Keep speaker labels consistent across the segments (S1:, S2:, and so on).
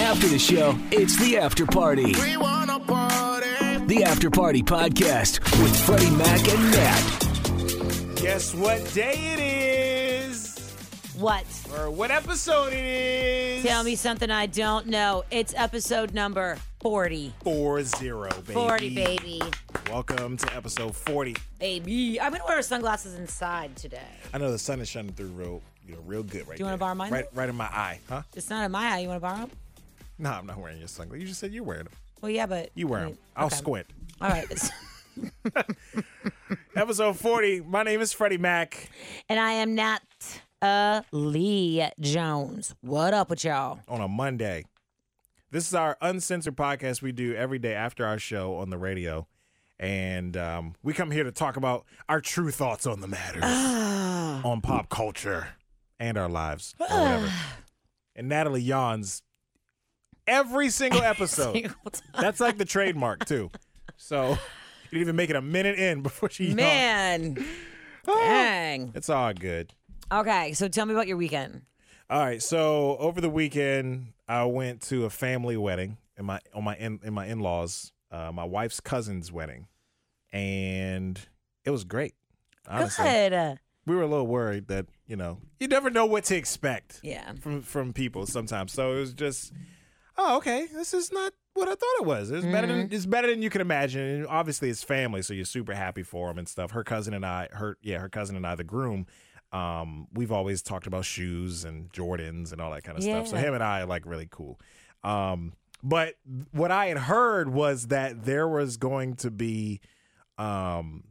S1: After the show, it's the after party.
S2: We wanna party.
S1: The After Party Podcast with Freddie Mac and Matt.
S3: Guess what day it is?
S4: What?
S3: Or what episode it is?
S4: Tell me something I don't know. It's episode number 40.
S3: 4 0, baby.
S4: 40, baby.
S3: Welcome to episode 40.
S4: Baby. I'm going to wear sunglasses inside today.
S3: I know the sun is shining through real, you know, real good right
S4: you wanna
S3: there.
S4: borrow mine?
S3: Right, right in my eye, huh?
S4: It's not in my eye. You want to borrow them?
S3: No, I'm not wearing your sunglasses. You just said you're wearing them.
S4: Well, yeah, but.
S3: You wear
S4: I
S3: them.
S4: mean,
S3: I'll
S4: okay.
S3: squint.
S4: All right.
S3: episode 40. My name is Freddie Mac.
S4: and I am Nat uh, Lee Jones. What up with y'all?
S3: on a Monday. This is our uncensored podcast we do every day after our show on the radio. And um, we come here to talk about our true thoughts on the matters, on pop culture, and our lives, or whatever. and Natalie yawns every single episode. That's like the trademark, too. So you didn't even make it a minute in before she yawned.
S4: Man. Dang.
S3: It's all good.
S4: Okay, so tell me about your weekend.
S3: All right, so over the weekend, I went to a family wedding in my on my in, in my in laws, uh, my wife's cousin's wedding, and it was great. Honestly,
S4: Good.
S3: we were a little worried that you know you never know what to expect
S4: Yeah.
S3: from from people sometimes. So it was just, oh okay, this is not what I thought it was. It's better
S4: Mm-hmm.
S3: than it's better than you can imagine. And obviously, it's family, so you're super happy for them and stuff. Her cousin and I, her yeah, her cousin and I, the groom. Um, we've always talked about shoes and Jordans and all that kind of stuff. So
S4: Yeah.
S3: him and I are like really cool. Um, but what I had heard was that there was going to be um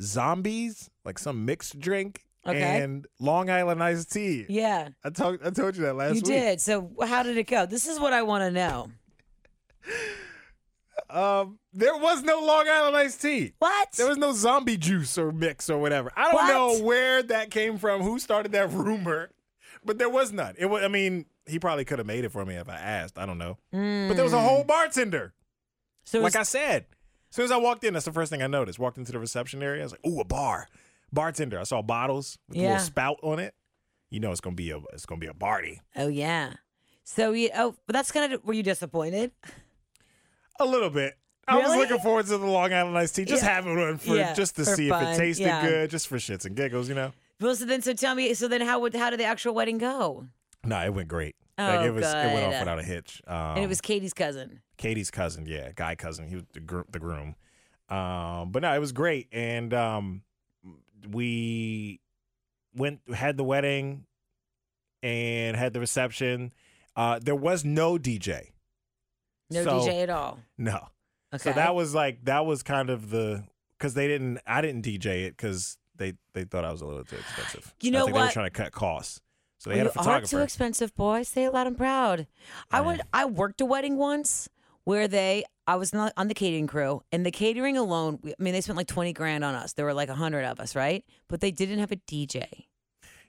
S3: zombies, like some mixed drink,
S4: Okay.
S3: and Long Island iced tea.
S4: Yeah,
S3: I told I told you that last
S4: you
S3: week.
S4: did. So, how did it go? This is what I want to know.
S3: Um, there was no Long Island iced tea.
S4: What?
S3: There was no zombie juice or mix or whatever. I don't
S4: What?
S3: know where that came from. Who started that rumor? But there was none. It was. I mean, he probably could have made it for me if I asked. I don't know. But there was a whole bartender.
S4: so, Mm. it was-
S3: Like I said, as soon as I walked in, that's the first thing I noticed. Walked into the reception area, I was like, "Ooh, a bar, bartender." I saw bottles with a
S4: Yeah.
S3: little spout on it. You know, it's gonna be a it's gonna be a party.
S4: Oh yeah. So you oh, but that's kind of were you disappointed?
S3: A little bit. I was
S4: Really?
S3: looking forward to the Long Island iced tea. Just having one for
S4: Yeah,
S3: just to
S4: for
S3: see if
S4: fun,
S3: it tasted
S4: yeah.
S3: good, just for shits and giggles, you know.
S4: Well, so then so tell me so then how would how did the actual wedding go?
S3: No, it went great.
S4: Oh,
S3: it was it went
S4: good.
S3: off without a hitch. Um,
S4: And it was Katie's cousin.
S3: Katie's cousin, yeah, guy cousin. He was the, gr- the groom. Um, but no, it was great, and um, we went had the wedding and had the reception. Uh, there was no DJ.
S4: No
S3: So-
S4: DJ at all.
S3: No.
S4: Okay.
S3: So that was like that was kind of the because they didn't I didn't DJ it because they they thought I was a little too expensive.
S4: You
S3: I
S4: know
S3: think They were
S4: what?
S3: trying to cut costs, so they had a
S4: Well, you are too
S3: photographer.
S4: expensive, boy. Say it loud and proud. I would. I worked a wedding once where they. I was not on the catering crew, and the catering alone. we- I mean, they spent like twenty grand on us. There were like hundred of us, right? But they didn't have a DJ.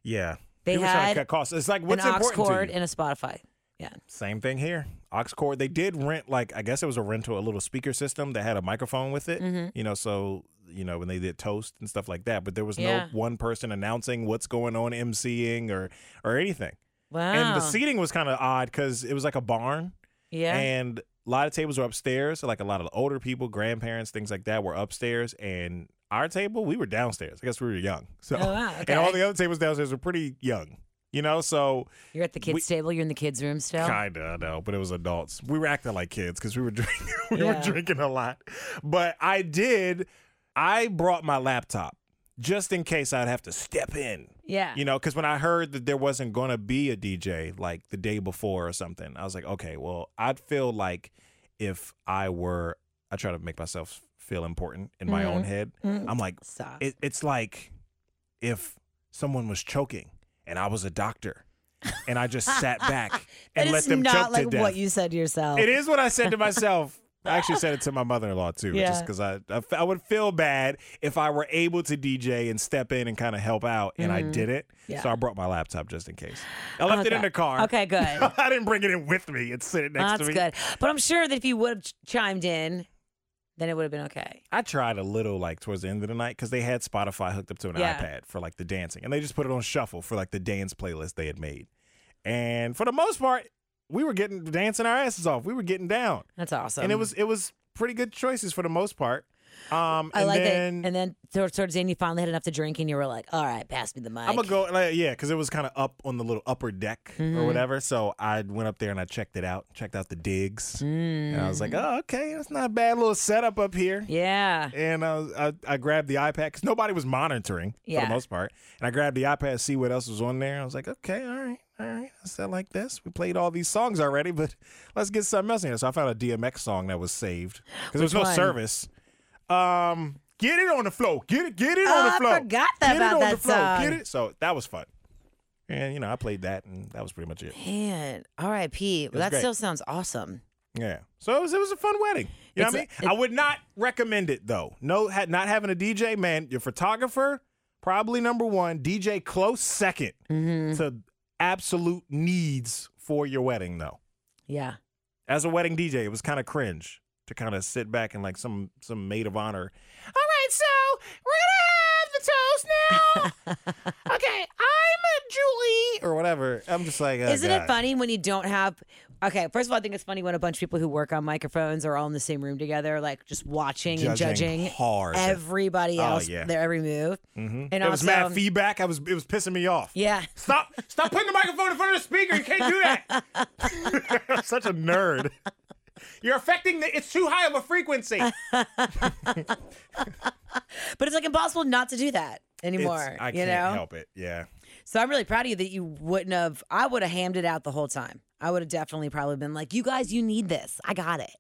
S3: yeah,
S4: They
S3: they were trying
S4: had
S3: to cut costs. It's like what's
S4: an aux
S3: important to you?
S4: cord and a Spotify. Yeah.
S3: Same thing here. Oxcord. They did rent like I guess it was a rental, a little speaker system that had a microphone with it.
S4: Mm-hmm.
S3: You know, so you know when they did toast and stuff like that. But there was no
S4: Yeah.
S3: one person announcing what's going on, emceeing or or anything.
S4: Wow.
S3: And the seating was kind of odd because it was like a barn.
S4: Yeah.
S3: And a lot of tables were upstairs. So like a lot of the older people, grandparents, things like that were upstairs. And our table, we were downstairs. I guess we were young. So
S4: Oh, wow,
S3: and all
S4: okay.
S3: the other tables downstairs were pretty young. You know, so
S4: You're at the kids'
S3: we-
S4: table. You're in the kids' room still.
S3: Kinda, I know, but it was adults. We were acting like kids because we were drinking. we
S4: Yeah.
S3: were drinking a lot, but I did. I brought my laptop just in case I'd have to step in.
S4: Yeah.
S3: You know, because when I heard that there wasn't going to be a DJ like the day before or something, I was like, okay, well, I'd feel like if I were, I try to make myself feel important in my
S4: Mm-hmm.
S3: own head. I'm like,
S4: Stop.
S3: it, it's like if someone was choking and I was a doctor and I just sat back
S4: That
S3: and let
S4: is
S3: them
S4: not
S3: choke
S4: like
S3: to death.
S4: what you said to yourself.
S3: it is what I said to myself. I actually said it to my mother-in-law too,
S4: Yeah.
S3: just because I, I f- I would feel bad if I were able to DJ and step in and kind of help out, and I did it.
S4: Mm. Yeah.
S3: So I brought my laptop just in case. I left it in
S4: Okay.
S3: the car.
S4: Okay, good.
S3: I didn't bring it in with me. It's sitting next to
S4: That's
S3: me.
S4: good. But I'm sure that if you would have ch- chimed in, then it would have been okay.
S3: I tried a little like towards the end of the night because they had Spotify hooked up to an
S4: Yeah.
S3: iPad for like the dancing, and they just put it on shuffle for like the dance playlist they had made. And for the most part, we were getting dancing our asses off. We were getting down,
S4: That's awesome.
S3: and it was it was pretty good choices for the most part. Um,
S4: I
S3: and
S4: like
S3: then,
S4: it. And then towards, towards the end, you finally had enough to drink, and you were like, "All right, pass me the mic."
S3: I'm gonna go, like, yeah, because it was kind of up on the little upper deck
S4: Mm-hmm.
S3: or whatever. So I went up there and I checked it out, checked out the digs, and
S4: Mm.
S3: I was like, oh, okay, that's not a bad little setup up here.
S4: Yeah.
S3: And I, was, I I grabbed the iPad because nobody was monitoring for
S4: Yeah.
S3: the most part, and I grabbed the iPad to see what else was on there. I was like, okay, all right, all right, I said like this. We played all these songs already, but let's get something else in here. So I found a DMX song that was saved because there was no
S4: one?
S3: service. Um. Get it on the floor. Get it. Get it
S4: Oh,
S3: on the
S4: I
S3: floor.
S4: forgot that
S3: Get
S4: about
S3: it on the
S4: that
S3: floor.
S4: song.
S3: Get it. So that was fun. And you know, I played that, and that was pretty much it.
S4: Man, R.I.P. Well,
S3: was
S4: that
S3: great.
S4: still sounds awesome.
S3: Yeah. So it was, it was a fun wedding. You know
S4: It's
S3: what I
S4: a-
S3: mean? I would not recommend it though. No, ha- not having a DJ, man. Your photographer probably number one. DJ close 2nd
S4: Mm-hmm.
S3: to absolute needs for your wedding though.
S4: Yeah.
S3: As a wedding DJ, it was kind of cringe to kind of sit back and like some some maid of honor. All right, so we're gonna have the toast now. okay, I'm a Julie or whatever. I'm just like, oh,
S4: Isn't
S3: God.
S4: it funny when you don't have? Okay, first of all, I think it's funny when a bunch of people who work on microphones are all in the same room together, like just watching and
S3: Judging
S4: judging
S3: hard.
S4: everybody
S3: Oh,
S4: else,
S3: yeah.
S4: their every move. Mm-hmm. And
S3: It was mad
S4: also-
S3: feedback. I was it was pissing me off.
S4: Yeah.
S3: Stop! Stop putting the microphone in front of the speaker. You can't do that. I'm such a nerd. You're affecting the. It's too high of a frequency.
S4: But it's like impossible not to do that anymore.
S3: It's- I
S4: you
S3: can't
S4: know?
S3: help it. Yeah.
S4: So I'm really proud of you that you wouldn't have. I would have hammed it out the whole time. I would have definitely probably been like, "You guys, you need this. I got it."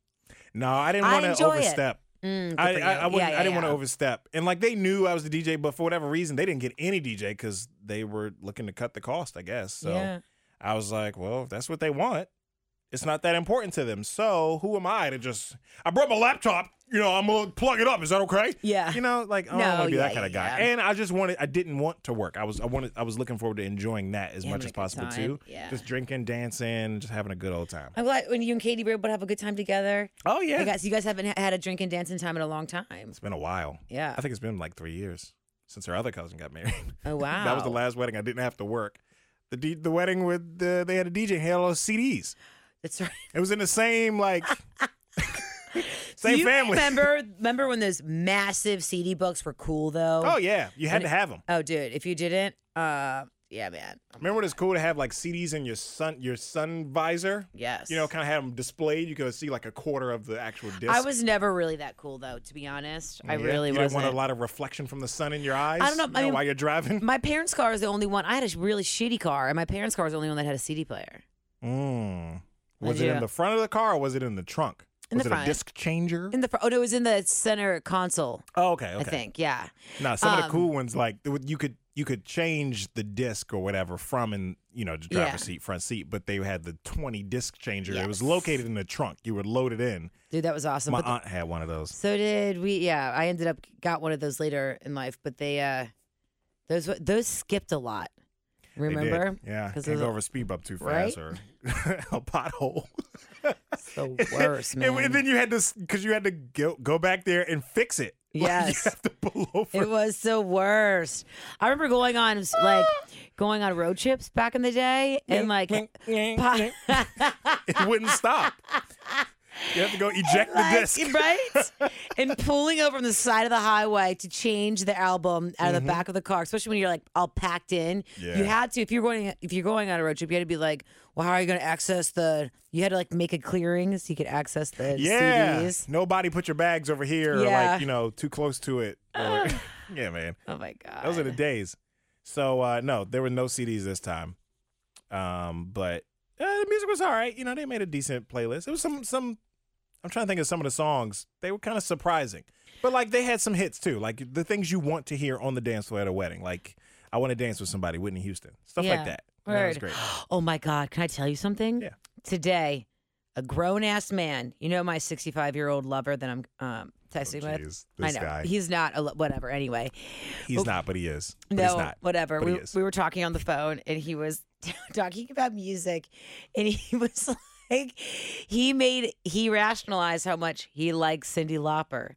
S3: No, I didn't
S4: I
S3: want to
S4: enjoy it. Mm,
S3: overstep. I,
S4: for
S3: I,
S4: you.
S3: I, wouldn't,
S4: Yeah, yeah,
S3: I didn't want to
S4: yeah.
S3: overstep. And like they knew I was the DJ, but for whatever reason, they didn't get any DJ because they were looking to cut the cost, I guess. So
S4: Yeah.
S3: I was like, well, if that's what they want, it's not that important to them. So who am I to just, I brought my laptop, you know, I'm going to plug it up. Is that okay?
S4: Yeah.
S3: You know, like, I
S4: No,
S3: don't want to be that
S4: yeah,
S3: kind of guy.
S4: yeah.
S3: And I just wanted, I didn't want to work. I was, I wanted, I was looking forward to enjoying that as
S4: Yeah,
S3: much
S4: having
S3: as
S4: a good
S3: possible
S4: time.
S3: too.
S4: Yeah.
S3: Just drinking, dancing, just having a good old time.
S4: I'm glad when you and Katie were able to have a good time together.
S3: Oh, yeah.
S4: You guys, you guys haven't ha- had a drink and dancing time in a long time.
S3: It's been a while.
S4: Yeah.
S3: I think it's been like three years since her other cousin got married.
S4: Oh wow.
S3: that was the last wedding I didn't have to work. The D- the wedding with the, they had a DJ had all those CDs.
S4: That's right.
S3: It was in the same like
S4: Do
S3: same
S4: you
S3: family.
S4: Remember, remember when those massive CD books were cool though?
S3: Oh yeah, you had to have them.
S4: Oh, dude, if you didn't, uh, yeah, man.
S3: Remember when it's cool to have like CDs in your sun your sun visor?
S4: Yes.
S3: You know, kind of have them displayed. You could see like a quarter of the actual disc.
S4: I was never really that cool though, to be honest. I
S3: Yeah.
S4: really
S3: you
S4: wasn't.
S3: didn't want a lot of reflection from the sun in your eyes.
S4: I don't know,
S3: you
S4: I mean-
S3: while you're driving.
S4: my parents' car is the only one. I had a really shitty car, and my parents' car was the only one that had a CD player.
S3: Mm.
S4: I
S3: Was it in
S4: do.
S3: the front of the car or was it in the trunk?
S4: In
S3: was
S4: the
S3: it a
S4: front.
S3: disc changer?
S4: In the fr- oh, no, it was in the center console,
S3: Oh, okay, okay.
S4: I think. Yeah,
S3: Now, some of the
S4: Um,
S3: cool ones, like it would- you could you could change the disc or whatever from and you know the driver's
S4: Yeah.
S3: seat, front seat, but they had the twenty disc changer. It was
S4: Yes.
S3: located in the trunk. You would load it in.
S4: dude, that was awesome.
S3: My
S4: But the-
S3: aunt had one of those.
S4: so did we. Yeah, I ended up got one of those later in life, but they uh, those wa- those skipped a lot.
S3: They did.
S4: Remember?
S3: Yeah, can't
S4: 'Cause those
S3: go
S4: are-
S3: over a speed bump too
S4: Right?
S3: fast or a pothole.
S4: It's the worst,
S3: And-
S4: man.
S3: And, then you had to because you had to go, go back there and fix it. Like,
S4: Yes.
S3: you have to pull over.
S4: It was the worst. I remember going on like going on road trips back in the day, and like pa-
S3: It wouldn't stop. You have to go eject the
S4: like,
S3: disc.
S4: right, and pulling over on the side of the highway to change the album out of the back of the car, especially when you're like all packed in. You
S3: Mm-hmm. Yeah.
S4: had to if you're going if you're going on a road trip, you had to be like, well, how are you going to access the? You had to like make a clearing so you could access the
S3: Yeah.
S4: CDs.
S3: Nobody put your bags over here or
S4: Yeah.
S3: like, you know, too close to it. Or, yeah, man.
S4: Oh my god,
S3: Those are the days. So uh no, there were no CDs this time. Um, but uh, the music was all right. You know, they made a decent playlist. It was some some I'm trying to think of some of the songs. They were kind of surprising. But like they had some hits too. Like the things you want to hear on the dance floor at a wedding. Like I want to dance with somebody, Whitney Houston. Stuff
S4: Yeah.
S3: like that. You know, it was
S4: Word.
S3: great.
S4: Oh my God, can I tell you something?
S3: Yeah.
S4: Today, a grown ass man, you know my 65 year old lover that I'm um, texting with.
S3: jeez,
S4: I
S3: Oh, this
S4: know
S3: guy.
S4: he's not a lo- whatever. Anyway,
S3: He's not, but he is. But
S4: no,
S3: he's not.
S4: whatever.
S3: But he
S4: We,
S3: is.
S4: we were talking on the phone, and he was talking about music, and he was like, he made he rationalized how much he likes Cindy Lauper,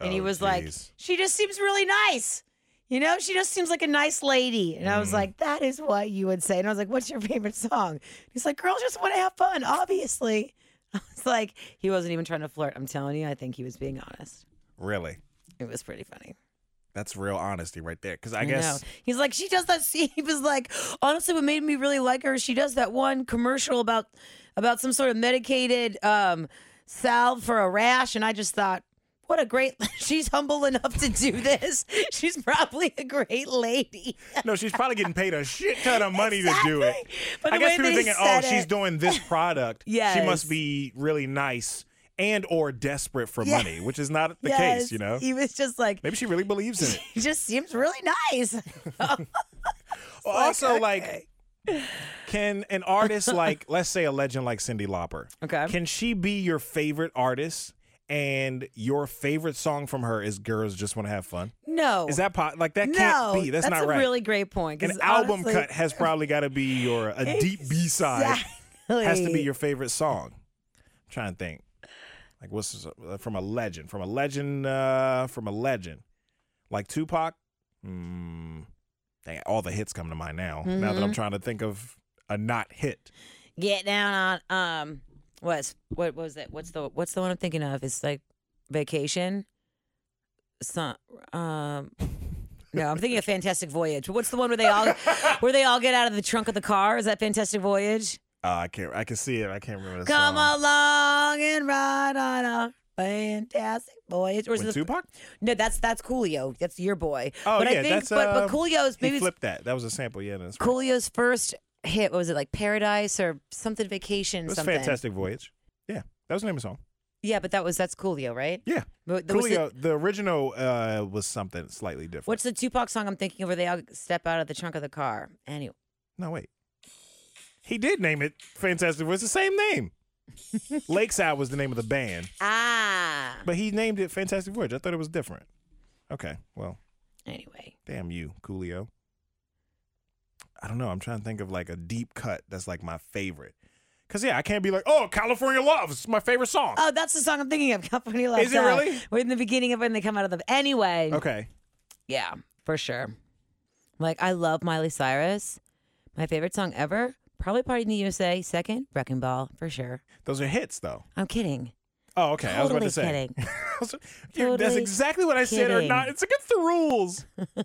S4: and he
S3: Oh,
S4: was like,
S3: jeez.
S4: she just seems really nice. You know, she just seems like a nice lady. And I
S3: Mm.
S4: was like, that is what you would say. And I was like, what's your favorite song? He's like, girls just want to have fun, obviously. I was like, he wasn't even trying to flirt. I'm telling you, I think he was being honest.
S3: Really,
S4: It was pretty funny.
S3: that's real honesty right there. Because I, guess
S4: know. he's like, she does that. Scene. He was like, honestly, what made me really like her, is she does that one commercial about about some sort of medicated um, salve for a rash, and I just thought, what a great. She's humble enough to do this. She's probably a great lady.
S3: no, she's probably getting paid a shit ton of money to do it.
S4: Exactly. But
S3: I
S4: the
S3: guess
S4: way
S3: people
S4: that he
S3: thinking, oh,
S4: said
S3: she's
S4: it-
S3: doing this product. she
S4: Yes.
S3: must be really nice and or desperate for
S4: Yes.
S3: money, which is not the
S4: Yes.
S3: case. You know,
S4: he was just like,
S3: maybe she really believes in it.
S4: he just seems really nice.
S3: Well, also, like, can an artist like, let's say, a legend like Cindy Lauper,
S4: Okay.
S3: can she be your favorite artist? And your favorite song from her is "Girls Just Want to Have Fun."
S4: No,
S3: Is that po- like that?
S4: Oh. no?
S3: can't be. That's, not
S4: a
S3: right.
S4: really great point.
S3: An
S4: 'cause
S3: album
S4: honestly-
S3: cut has probably got to be your a deep B side has to be
S4: Exactly.
S3: your favorite song. I'm trying to think, like what's uh, from a legend? From a legend? Uh, from a legend? Like Tupac? Mm, dang, all the hits come to mind now. Now
S4: Mm-hmm.
S3: that I'm trying to think of a not hit.
S4: get down on um what's what was that what's the what's the one i'm thinking of it's like vacation some um no i'm thinking of fantastic voyage what's the one where they all where they all get out of the trunk of the car is that fantastic voyage
S3: Uh, I can't. I can see it. I can't remember. The
S4: come
S3: song.
S4: along and ride on a fantastic voyage or is it
S3: With
S4: the-
S3: Tupac?
S4: no that's that's coolio that's your boy
S3: Oh
S4: but
S3: yeah,
S4: i think
S3: that's
S4: but,
S3: uh,
S4: but coolio's
S3: He
S4: maybe it's
S3: flipped that. That was a sample. Yeah, that's right.
S4: coolio's first hit what was it like paradise or something vacation
S3: It was
S4: something
S3: fantastic voyage. Yeah, that was the name of the song.
S4: yeah but that was that's coolio right
S3: Yeah,
S4: But the- was the-
S3: Coolio. The, original uh, was something slightly different.
S4: What's the Tupac song I'm thinking of where they all step out of the trunk of the car? Anyway.
S3: No, wait. He did name it Fantastic Voyage. It's the same name. Lakeside was the name of the band,
S4: Ah.
S3: but he named it Fantastic Voyage. I thought it was different. Okay, well,
S4: Anyway.
S3: damn you, Coolio. I don't know. I'm trying to think of like a deep cut that's like my favorite. Cause yeah, I can't be like, oh, California Love is my favorite song.
S4: Oh, that's the song I'm thinking of. Company Love.
S3: Is it
S4: Down.
S3: really? Oh.
S4: We're in the beginning of when they come out of the. Anyway.
S3: Okay,
S4: Yeah, for sure. Like, I love Miley Cyrus. My favorite song ever. Probably Party in the USA. Second, Wrecking Ball, for sure.
S3: those are hits though.
S4: I'm kidding.
S3: Oh, okay. I was about
S4: Totally
S3: to say.
S4: kidding.
S3: I was- Dude, that's
S4: Totally
S3: exactly what I said or
S4: kidding.
S3: not. It's against the rules. But
S4: Who is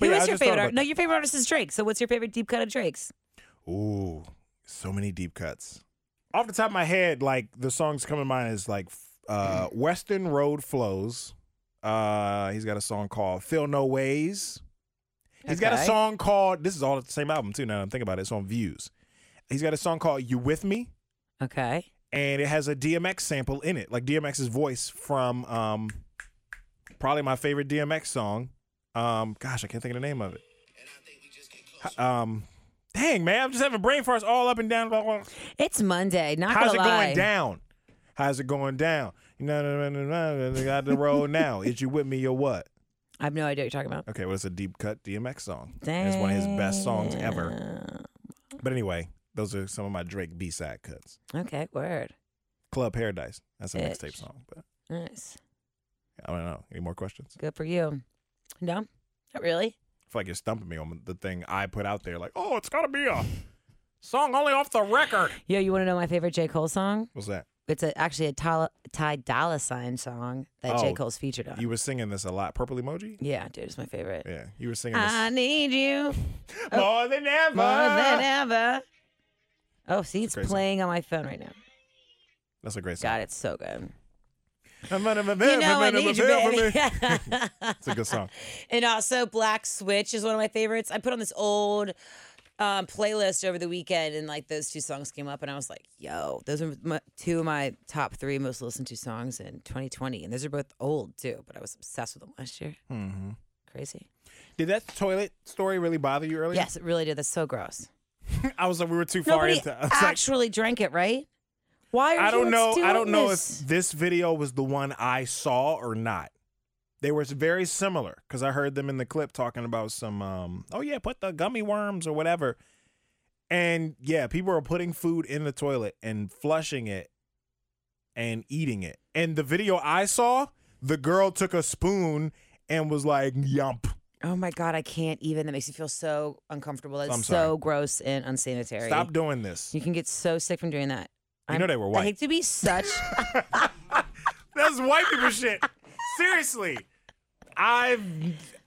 S3: yeah, I
S4: your
S3: just thought
S4: favorite
S3: about
S4: artist? No, your favorite artist is Drake. So, what's your favorite deep cut of Drake's?
S3: Ooh, so many deep cuts. Off the top of my head, like the songs coming to mind is like f- uh, Western Road Flows. Uh, he's got a song called Feel No Ways. He's got a
S4: Okay.
S3: song called this is all the same album too. Now that I'm thinking about it, it's on Views. He's got a song called You With Me,
S4: Okay.
S3: and it has a DMX sample in it, like DMX's voice from um, probably my favorite DMX song. Um, gosh, I can't think of the name of it. Um, dang man, I'm just having brain farts all up and down. Blah, blah.
S4: It's Monday. Not
S3: How's it
S4: gonna lie.
S3: going down? How's it going down? You know, no, no, no, no, no, got the road now. Is you with me or what?
S4: I have no idea what you're talking about.
S3: Okay, well, it's a deep cut DMX song. And It's one of his best songs ever. But anyway, those are some of my Drake B side cuts.
S4: Okay, word.
S3: Club Paradise. That's a
S4: Bitch.
S3: mixtape song. But
S4: Nice.
S3: I don't know. Any more questions?
S4: Good for you. No? Not really?
S3: I feel like you're stumping me on the thing I put out there. Like, oh, it's got to be a song only off the record.
S4: Yo, you want to know my favorite J. Cole song?
S3: What's that?
S4: It's a, actually a Ty, Ty Dolla Sign song that
S3: Oh,
S4: J. Cole's featured on.
S3: You were singing this a lot. Purple emoji?
S4: yeah, dude, it's my favorite.
S3: Yeah, you were singing this
S4: I need you
S3: Uh, oh. more than ever.
S4: more than ever. Oh, see, it's
S3: crazy.
S4: playing on my phone right now.
S3: That's a great song.
S4: God, it's so good.
S3: You
S4: You know I need you, baby.
S3: It's a good song.
S4: And also, Black Switch is one of my favorites. I put on this old um, playlist over the weekend, and like those two songs came up, and I was like, "Yo, those are my, two of my top three most listened to songs in 2020." And those are both old too, but I was obsessed with them last year. Mm-hmm. Crazy.
S3: Did that toilet story really bother you earlier?
S4: Yes, it really did. That's so gross.
S3: I was like, we were too far
S4: Nobody
S3: into. I was uh, like,
S4: actually drank it, right? Why are
S3: I don't
S4: humans
S3: know. I
S4: doing
S3: don't know
S4: this?
S3: if this video was the one I saw or not. They were very similar because I heard them in the clip talking about some. Um, oh yeah, put the gummy worms or whatever. And yeah, people are putting food in the toilet and flushing it and eating it. And the video I saw, the girl took a spoon and was like, "Yump."
S4: Oh my god, I can't even. That makes me feel so uncomfortable. That's
S3: I'm sorry.
S4: so gross and unsanitary.
S3: Stop doing this.
S4: You can get so sick from doing that.
S3: You know they were
S4: I
S3: white.
S4: hate to be such.
S3: That's white people shit. Seriously, I've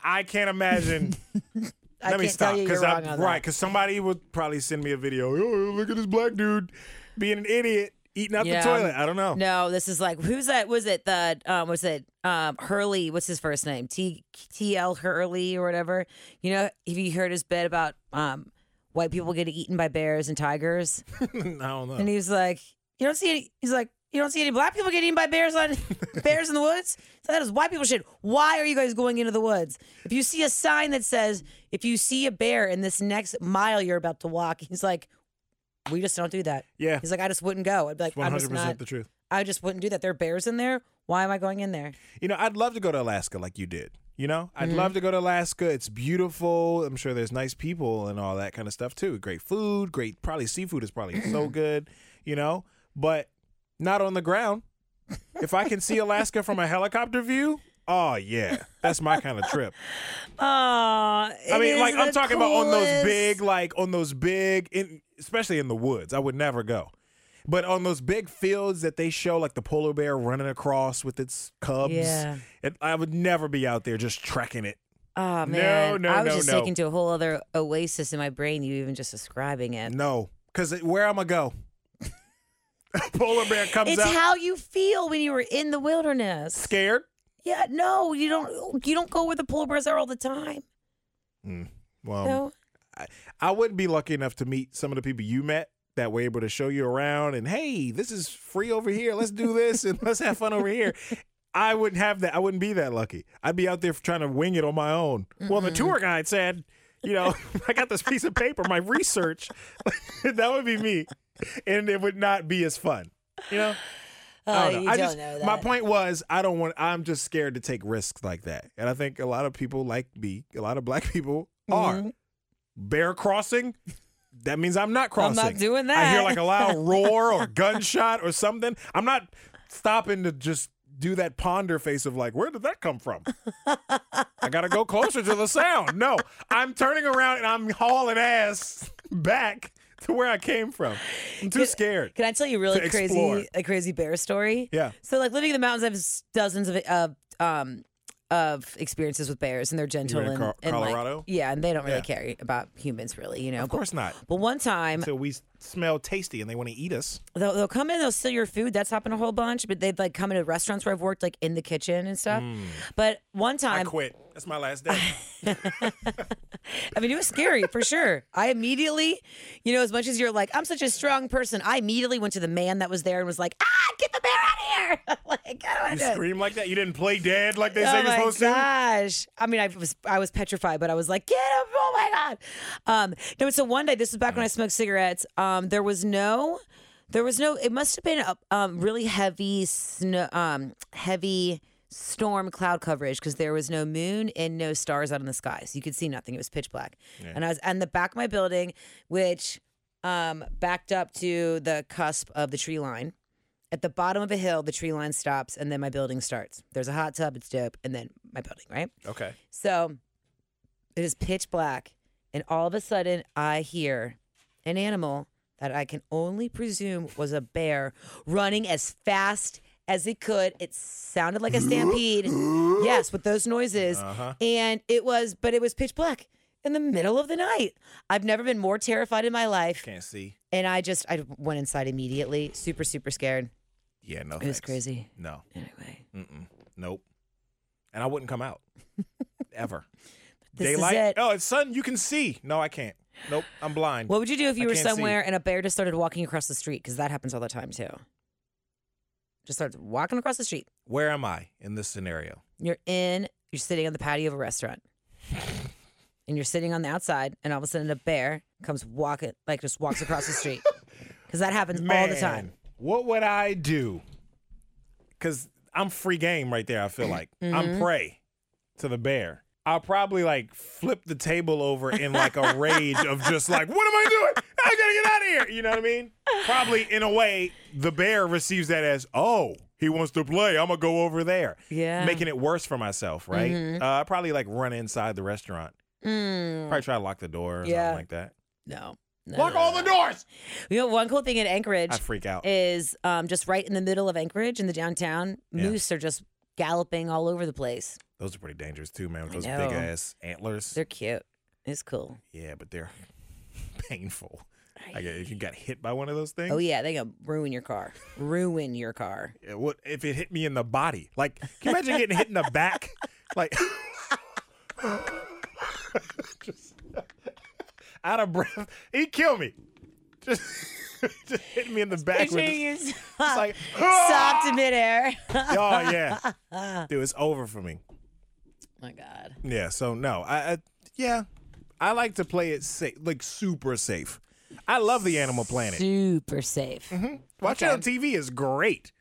S3: I can't imagine.
S4: I
S3: Let me
S4: can't
S3: stop
S4: tell you you're
S3: because
S4: wrong
S3: I'm
S4: on
S3: right
S4: that.
S3: because somebody would probably send me a video. Oh, look at this black dude being an idiot eating out
S4: Yeah.
S3: the toilet. I don't know.
S4: No, this is like who's that? Was it the um, was it um, Hurley? What's his first name? T T L Hurley or whatever. You know, have you heard his bit about um, white people getting eaten by bears and tigers?
S3: I don't know.
S4: And he was like, you don't see any. He's like, you don't see any black people getting eaten by bears on bears in the woods. So that is white people shit. Why are you guys going into the woods? If you see a sign that says, if you see a bear in this next mile you're about to walk, he's like, we just don't do that.
S3: yeah,
S4: He's like, I just wouldn't go. I'd be like,
S3: one
S4: I'm
S3: hundred
S4: just not.
S3: percent the truth.
S4: I just wouldn't do that. There are bears in there. Why am I going in there?
S3: You know, I'd love to go to Alaska like you did. You know, I'd love to go to Alaska. It's beautiful. I'm sure there's nice people and all that kind of stuff too. Great food, great probably seafood is probably so good, you know, but not on the ground. If I can see Alaska from a helicopter view, oh yeah, that's my kind of trip.
S4: Aw,
S3: I
S4: it
S3: mean,
S4: is
S3: like I'm
S4: the
S3: talking about on those
S4: coolest.
S3: big, like on those big, in, especially in the woods. I would never go, but on those big fields that they show, like the polar bear running across with its cubs.
S4: Yeah.
S3: It, I would never be out there just trekking it.
S4: Oh
S3: No,
S4: man,
S3: no,
S4: I was
S3: no,
S4: just
S3: no.
S4: taken to a whole other oasis in my brain. You even just describing it.
S3: No, because where am I go? polar bear comes
S4: It's
S3: out
S4: how you feel when you were in the wilderness.
S3: scared.
S4: Yeah, no, you don't. You don't go where the polar bears are all the time.
S3: Well,
S4: No,
S3: I wouldn't be lucky enough to meet some of the people you met that were able to show you around and hey, this is free over here. Let's do this and let's have fun over here. I wouldn't have that. I wouldn't be that lucky. I'd be out there trying to wing it on my own. Well, the tour guide said, you know, I got this piece of paper, my research. that would be me. And it would not be as fun. You know? I
S4: oh,
S3: don't know.
S4: you
S3: I
S4: don't
S3: just-
S4: know
S3: My
S4: that.
S3: point was, I don't want. I'm just scared to take risks like that, and I think a lot of people like me, a lot of black people are.
S4: Mm-hmm.
S3: Bear crossing. That means I'm not
S4: I'm
S3: crossing.
S4: not doing
S3: I hear
S4: that.
S3: like a loud roar or gunshot or something. I'm not stopping to just do that ponder face of like, where did that come from? I gotta go closer to the sound. No, I'm turning around and I'm hauling ass back to where I came from. I'm too scared.
S4: Can I tell you a really
S3: to explore.
S4: crazy, a crazy bear story?
S3: Yeah.
S4: So, like living in the mountains, I have s- dozens of uh, um of experiences with bears, and they're gentle
S3: in
S4: and,
S3: Col-
S4: and, like-
S3: Colorado?
S4: yeah, and they don't really
S3: Yeah.
S4: care about humans, really. You know,
S3: Of course not.
S4: But one time,
S3: So we s- smell tasty and they want to eat us.
S4: they'll, they'll come in, they'll steal your food. That's happened a whole bunch. But they've like come into restaurants where I've worked, like in the kitchen and stuff. But one
S3: Mm. I
S4: time,
S3: quit. That's my last day.
S4: I mean, it was scary for sure. I immediately, you know, as much as you're like, I'm such a strong person, I immediately went to the man that was there and was like, ah, get the bear out of here. like, I don't
S3: You
S4: want to do it.
S3: scream like that? You didn't play dead like they say
S4: Oh
S3: you're
S4: my
S3: supposed to?
S4: gosh! I mean, I was I was petrified, but I was like, "Get him! Oh my god!" Um, no, so one day, this was back when I
S3: Mm-hmm.
S4: smoked cigarettes. Um, there was no, there was no. It must have been a um, really heavy snow, um, heavy storm cloud coverage because there was no moon and no stars out in the sky, so you could see nothing. It was pitch black, and I was and the back of my building, which um, backed up to the cusp of the tree line. At the bottom of a hill, the tree line stops, and then my building starts. There's a hot tub, it's dope, and then my building, right?
S3: Okay.
S4: So it is pitch black, and all of a sudden, I hear an animal that I can only presume was a bear running as fast as it could. It sounded like a stampede. yes, with those noises. And it was, but it was pitch black in the middle of the night. I've never been more terrified in my life.
S3: Can't see.
S4: And I just, I went inside immediately, super, super scared.
S3: Yeah, no.
S4: It was
S3: thanks.
S4: crazy.
S3: No.
S4: Anyway,
S3: Nope. And I wouldn't come out. Ever.
S4: This is
S3: Daylight?
S4: it.
S3: Oh, it's sun. You can see. No, I can't. Nope. I'm blind.
S4: what would you do if you
S3: I
S4: were
S3: can't see.
S4: somewhere and a bear just started walking across the street? Because that happens all the time too. Just starts walking across the street.
S3: Where am I in this scenario?
S4: You're in. You're sitting on the patio of a restaurant, and you're sitting on the outside, and all of a sudden a bear comes walking, like just walks across the street. Because that happens all the time.
S3: Man, What would I do? Because I'm free game right there, I feel like.
S4: Mm-hmm.
S3: I'm prey to the bear. I'll probably like flip the table over in like a rage of just like, what am I doing? I gotta get out of here. You know what I mean? Probably in a way, the bear receives that as, oh, he wants to play. I'm gonna go over there.
S4: Yeah. Mm-hmm.
S3: making it worse for myself. Right? Uh, I probably like run inside the restaurant.
S4: Mm,
S3: Probably try to lock the door or
S4: Yeah.
S3: something like that.
S4: no. no,
S3: Lock
S4: no,
S3: all
S4: no.
S3: the doors.
S4: You know, one cool thing in Anchorage
S3: I freak out.
S4: is um, just right in the middle of Anchorage in the downtown,
S3: Yeah.
S4: moose are just galloping all over the place.
S3: Those are pretty dangerous too, man. With
S4: I
S3: those
S4: know.
S3: big ass antlers.
S4: They're cute. It's cool.
S3: yeah, but they're painful. I get, if you got hit by one of those things.
S4: Oh yeah, they gonna ruin your car. Ruin your car.
S3: it would- if it hit me in the body. Like, can you imagine getting hit in the back? Like, just out of breath. He'd kill me. Just, just hit me in the back. With
S4: Picturing
S3: it.
S4: you
S3: It's
S4: stop,
S3: like, "Ah!"
S4: stopped in midair. oh
S3: oh, yeah. Dude, it's over for me.
S4: my god.
S3: Yeah, so no. I, I Yeah, I like to play it safe, like super safe. I love the Animal Planet.
S4: Super safe.
S3: Mm-hmm. Watching it on TV is great.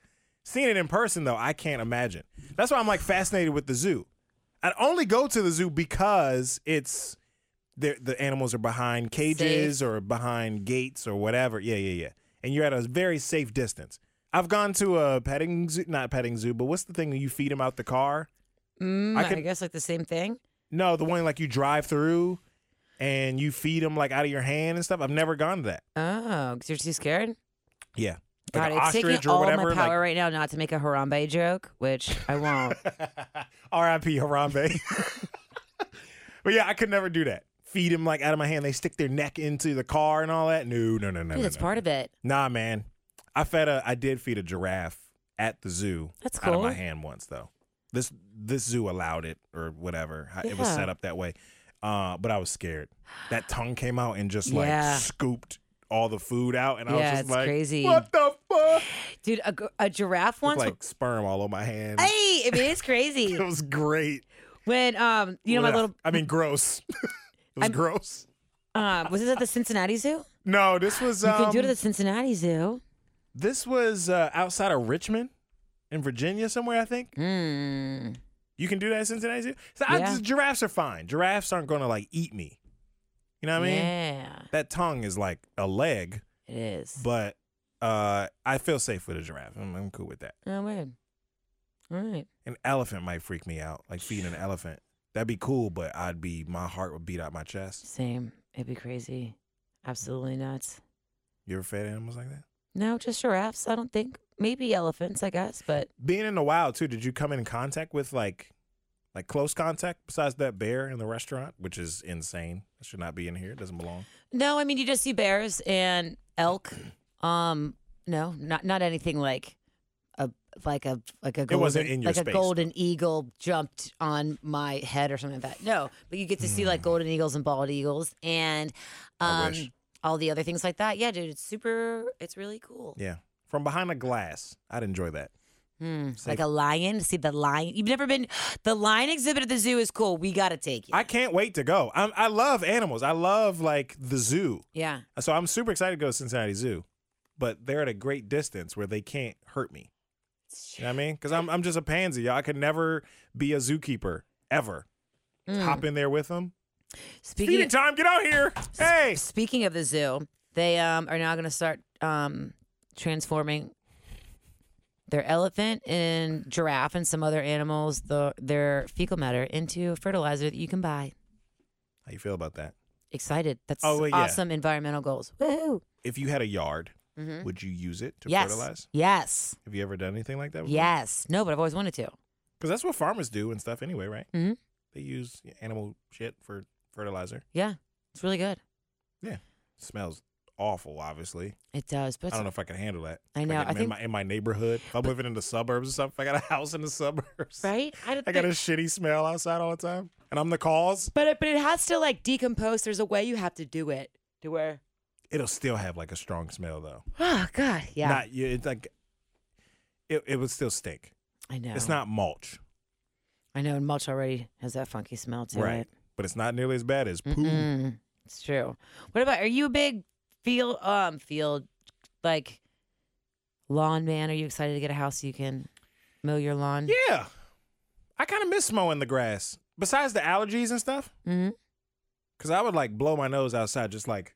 S3: Seeing it in person, though, I can't imagine. That's why I'm like fascinated with the zoo. I'd only go to the zoo because it's the the animals are behind cages or behind gates or whatever. Yeah, yeah, yeah. And you're at a very safe distance. I've gone to a petting zoo, not petting zoo, but what's the thing that you feed them out the car?
S4: Mm,
S3: I
S4: I,
S3: could-
S4: guess like the same thing.
S3: No, the one like you drive through and you feed them like out of your hand and stuff. I've never gone to that.
S4: Oh, 'cause you're too scared.
S3: Yeah,
S4: God,
S3: like an
S4: it's
S3: ostrich
S4: taking
S3: or
S4: all
S3: whatever.
S4: my
S3: like-
S4: power right now not to make a Harambe joke, which I won't.
S3: R.I.P. Harambe. but yeah, I could never do that. Feed him like out of my hand. They stick their neck into the car and all that. No, no, no, no.
S4: Dude,
S3: no,
S4: that's
S3: no.
S4: part of it.
S3: Nah, man. I fed a. I did feed a giraffe at the zoo.
S4: That's
S3: Out of my
S4: cool.
S3: hand once though. This this zoo allowed it or whatever. How- It was
S4: Yeah.
S3: set up that way. Uh, but I was scared. That tongue came out and just like
S4: Yeah.
S3: scooped all the food out, and I was
S4: Yeah,
S3: just
S4: it's
S3: like,
S4: crazy.
S3: "What the fuck?"
S4: Dude, a, gir- a giraffe
S3: Looked
S4: once.
S3: like sperm all over my hand.
S4: hey, I mean, it's crazy.
S3: It was great.
S4: When um, you know, my
S3: Ugh.
S4: little
S3: I mean, gross. it was gross.
S4: um, was this at the Cincinnati Zoo?
S3: No, this was.
S4: You
S3: Um,
S4: could do it at the Cincinnati Zoo.
S3: this was uh, outside of Richmond, in Virginia, somewhere. I think
S4: Mm.
S3: you can do that in Cincinnati. Zoo? So I,
S4: Yeah.
S3: just- giraffes are fine. Giraffes aren't going to like eat me. You know what I mean?
S4: yeah,
S3: That tongue is like a leg,
S4: it is.
S3: but uh, I feel safe with a giraffe. I'm, I'm cool with that.
S4: Oh, weird. All right.
S3: An elephant might freak me out, like feeding an elephant. That'd be cool, but I'd be my heart would beat out my chest.
S4: Same. It'd be crazy. Absolutely nuts.
S3: You ever fed animals like that?
S4: No, just giraffes. I don't think. Maybe elephants, I guess, but
S3: being in the wild too did you come in contact with like like close contact besides that bear in the restaurant which is insane it should not be in here it doesn't belong
S4: no. I mean, you just see bears and elk. Um, no, not not anything like a like a like a golden,
S3: wasn't in your
S4: like
S3: space,
S4: a golden eagle jumped on my head or something like that. No, but you get to see like golden eagles and bald eagles and
S3: Hmm. I
S4: um
S3: wish.
S4: all the other things like that. Yeah, dude, it's super. It's really cool.
S3: yeah from behind a glass i'd enjoy that
S4: Hmm, like a lion. See the lion. You've never been. The lion exhibit at the zoo is cool. We gotta take you.
S3: i can't wait to go I'm, i love animals i love like the zoo
S4: yeah.
S3: so i'm super excited to go to cincinnati zoo but they're at a great distance where they can't hurt me you know what i mean because I'm, I'm just a pansy y'all. i could never be a zookeeper ever hop in there with them
S4: Speaking
S3: feeding time get out here hey
S4: Speaking of the zoo, they um, are now going to start um, transforming their elephant and giraffe and some other animals, the, their fecal matter, into fertilizer that you can buy.
S3: how you feel about that
S4: Excited. That's
S3: Oh, well, yeah.
S4: awesome environmental goals. Woohoo. Mm-hmm.
S3: if you had a yard, would you use it to
S4: Mm. Yes.
S3: fertilize?
S4: Yes.
S3: Have you ever done anything like that?
S4: Yes. No, but I've always wanted to.
S3: Because that's what farmers do and stuff anyway, right?
S4: Mhm.
S3: They use animal shit for fertilizer.
S4: Yeah. It's really good.
S3: smells awful, obviously.
S4: It does. But
S3: I don't know if I can handle that.
S4: I
S3: If
S4: know,
S3: get-
S4: I
S3: in,
S4: think-
S3: my, in my neighborhood, if I'm living in the suburbs or something, if I got a house in the suburbs.
S4: right? I, don't
S3: I got a
S4: think-
S3: shitty smell outside all the time. And I'm the cause.
S4: but, it, but it has to like decompose. There's a way you have to do it to where.
S3: It'll still have like a strong smell though.
S4: Oh, God. Yeah.
S3: Not, you- it's like, it, it would still stink.
S4: I know.
S3: It's not mulch.
S4: I know, and mulch already has that funky smell to
S3: right.
S4: it.
S3: But it's not nearly as bad as poo.
S4: Mm, it's true. What about? Are you a big field, um, field like lawn man? Are you excited to get a house so you can mow your lawn?
S3: Yeah. I kind of miss mowing the grass. Besides the allergies and stuff,
S4: Mm-hmm.
S3: because I would like blow my nose outside, just like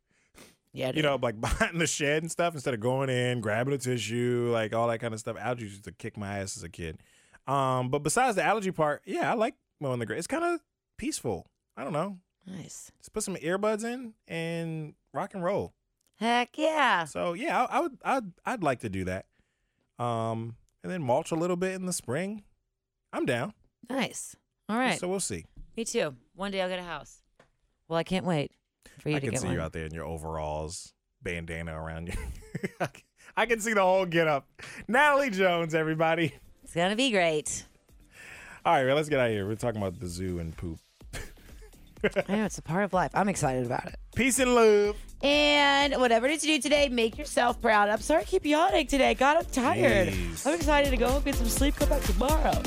S4: Yeah,
S3: you know, like behind the shed and stuff instead of going in, grabbing a tissue, like all that kind of stuff. Allergies used to kick my ass as a kid. Um, but besides the allergy part, yeah, I like mowing the grass. It's kind of peaceful. I don't know.
S4: nice.
S3: Just put some earbuds in and rock and roll.
S4: Heck yeah.
S3: So yeah, I, I would I'd I'd like to do that. Um, and then mulch a little bit in the spring. I'm down.
S4: Nice. All right.
S3: So we'll see.
S4: Me too. One day I'll get a house. Well, I can't wait for you
S3: I
S4: to
S3: can
S4: get
S3: see
S4: one.
S3: you out there in your overalls, bandana around you. I can- I can see the whole get up. Natalie Jones, everybody.
S4: It's gonna be great.
S3: All right, man, let's get out of here. We're talking about the zoo and poop.
S4: I know it's a part of life. I'm excited about it.
S3: Peace and love.
S4: And whatever it is you do today, make yourself proud. I'm sorry I keep yawning today. God, I'm tired.
S3: Jeez.
S4: I'm excited to go get some sleep. Come back tomorrow.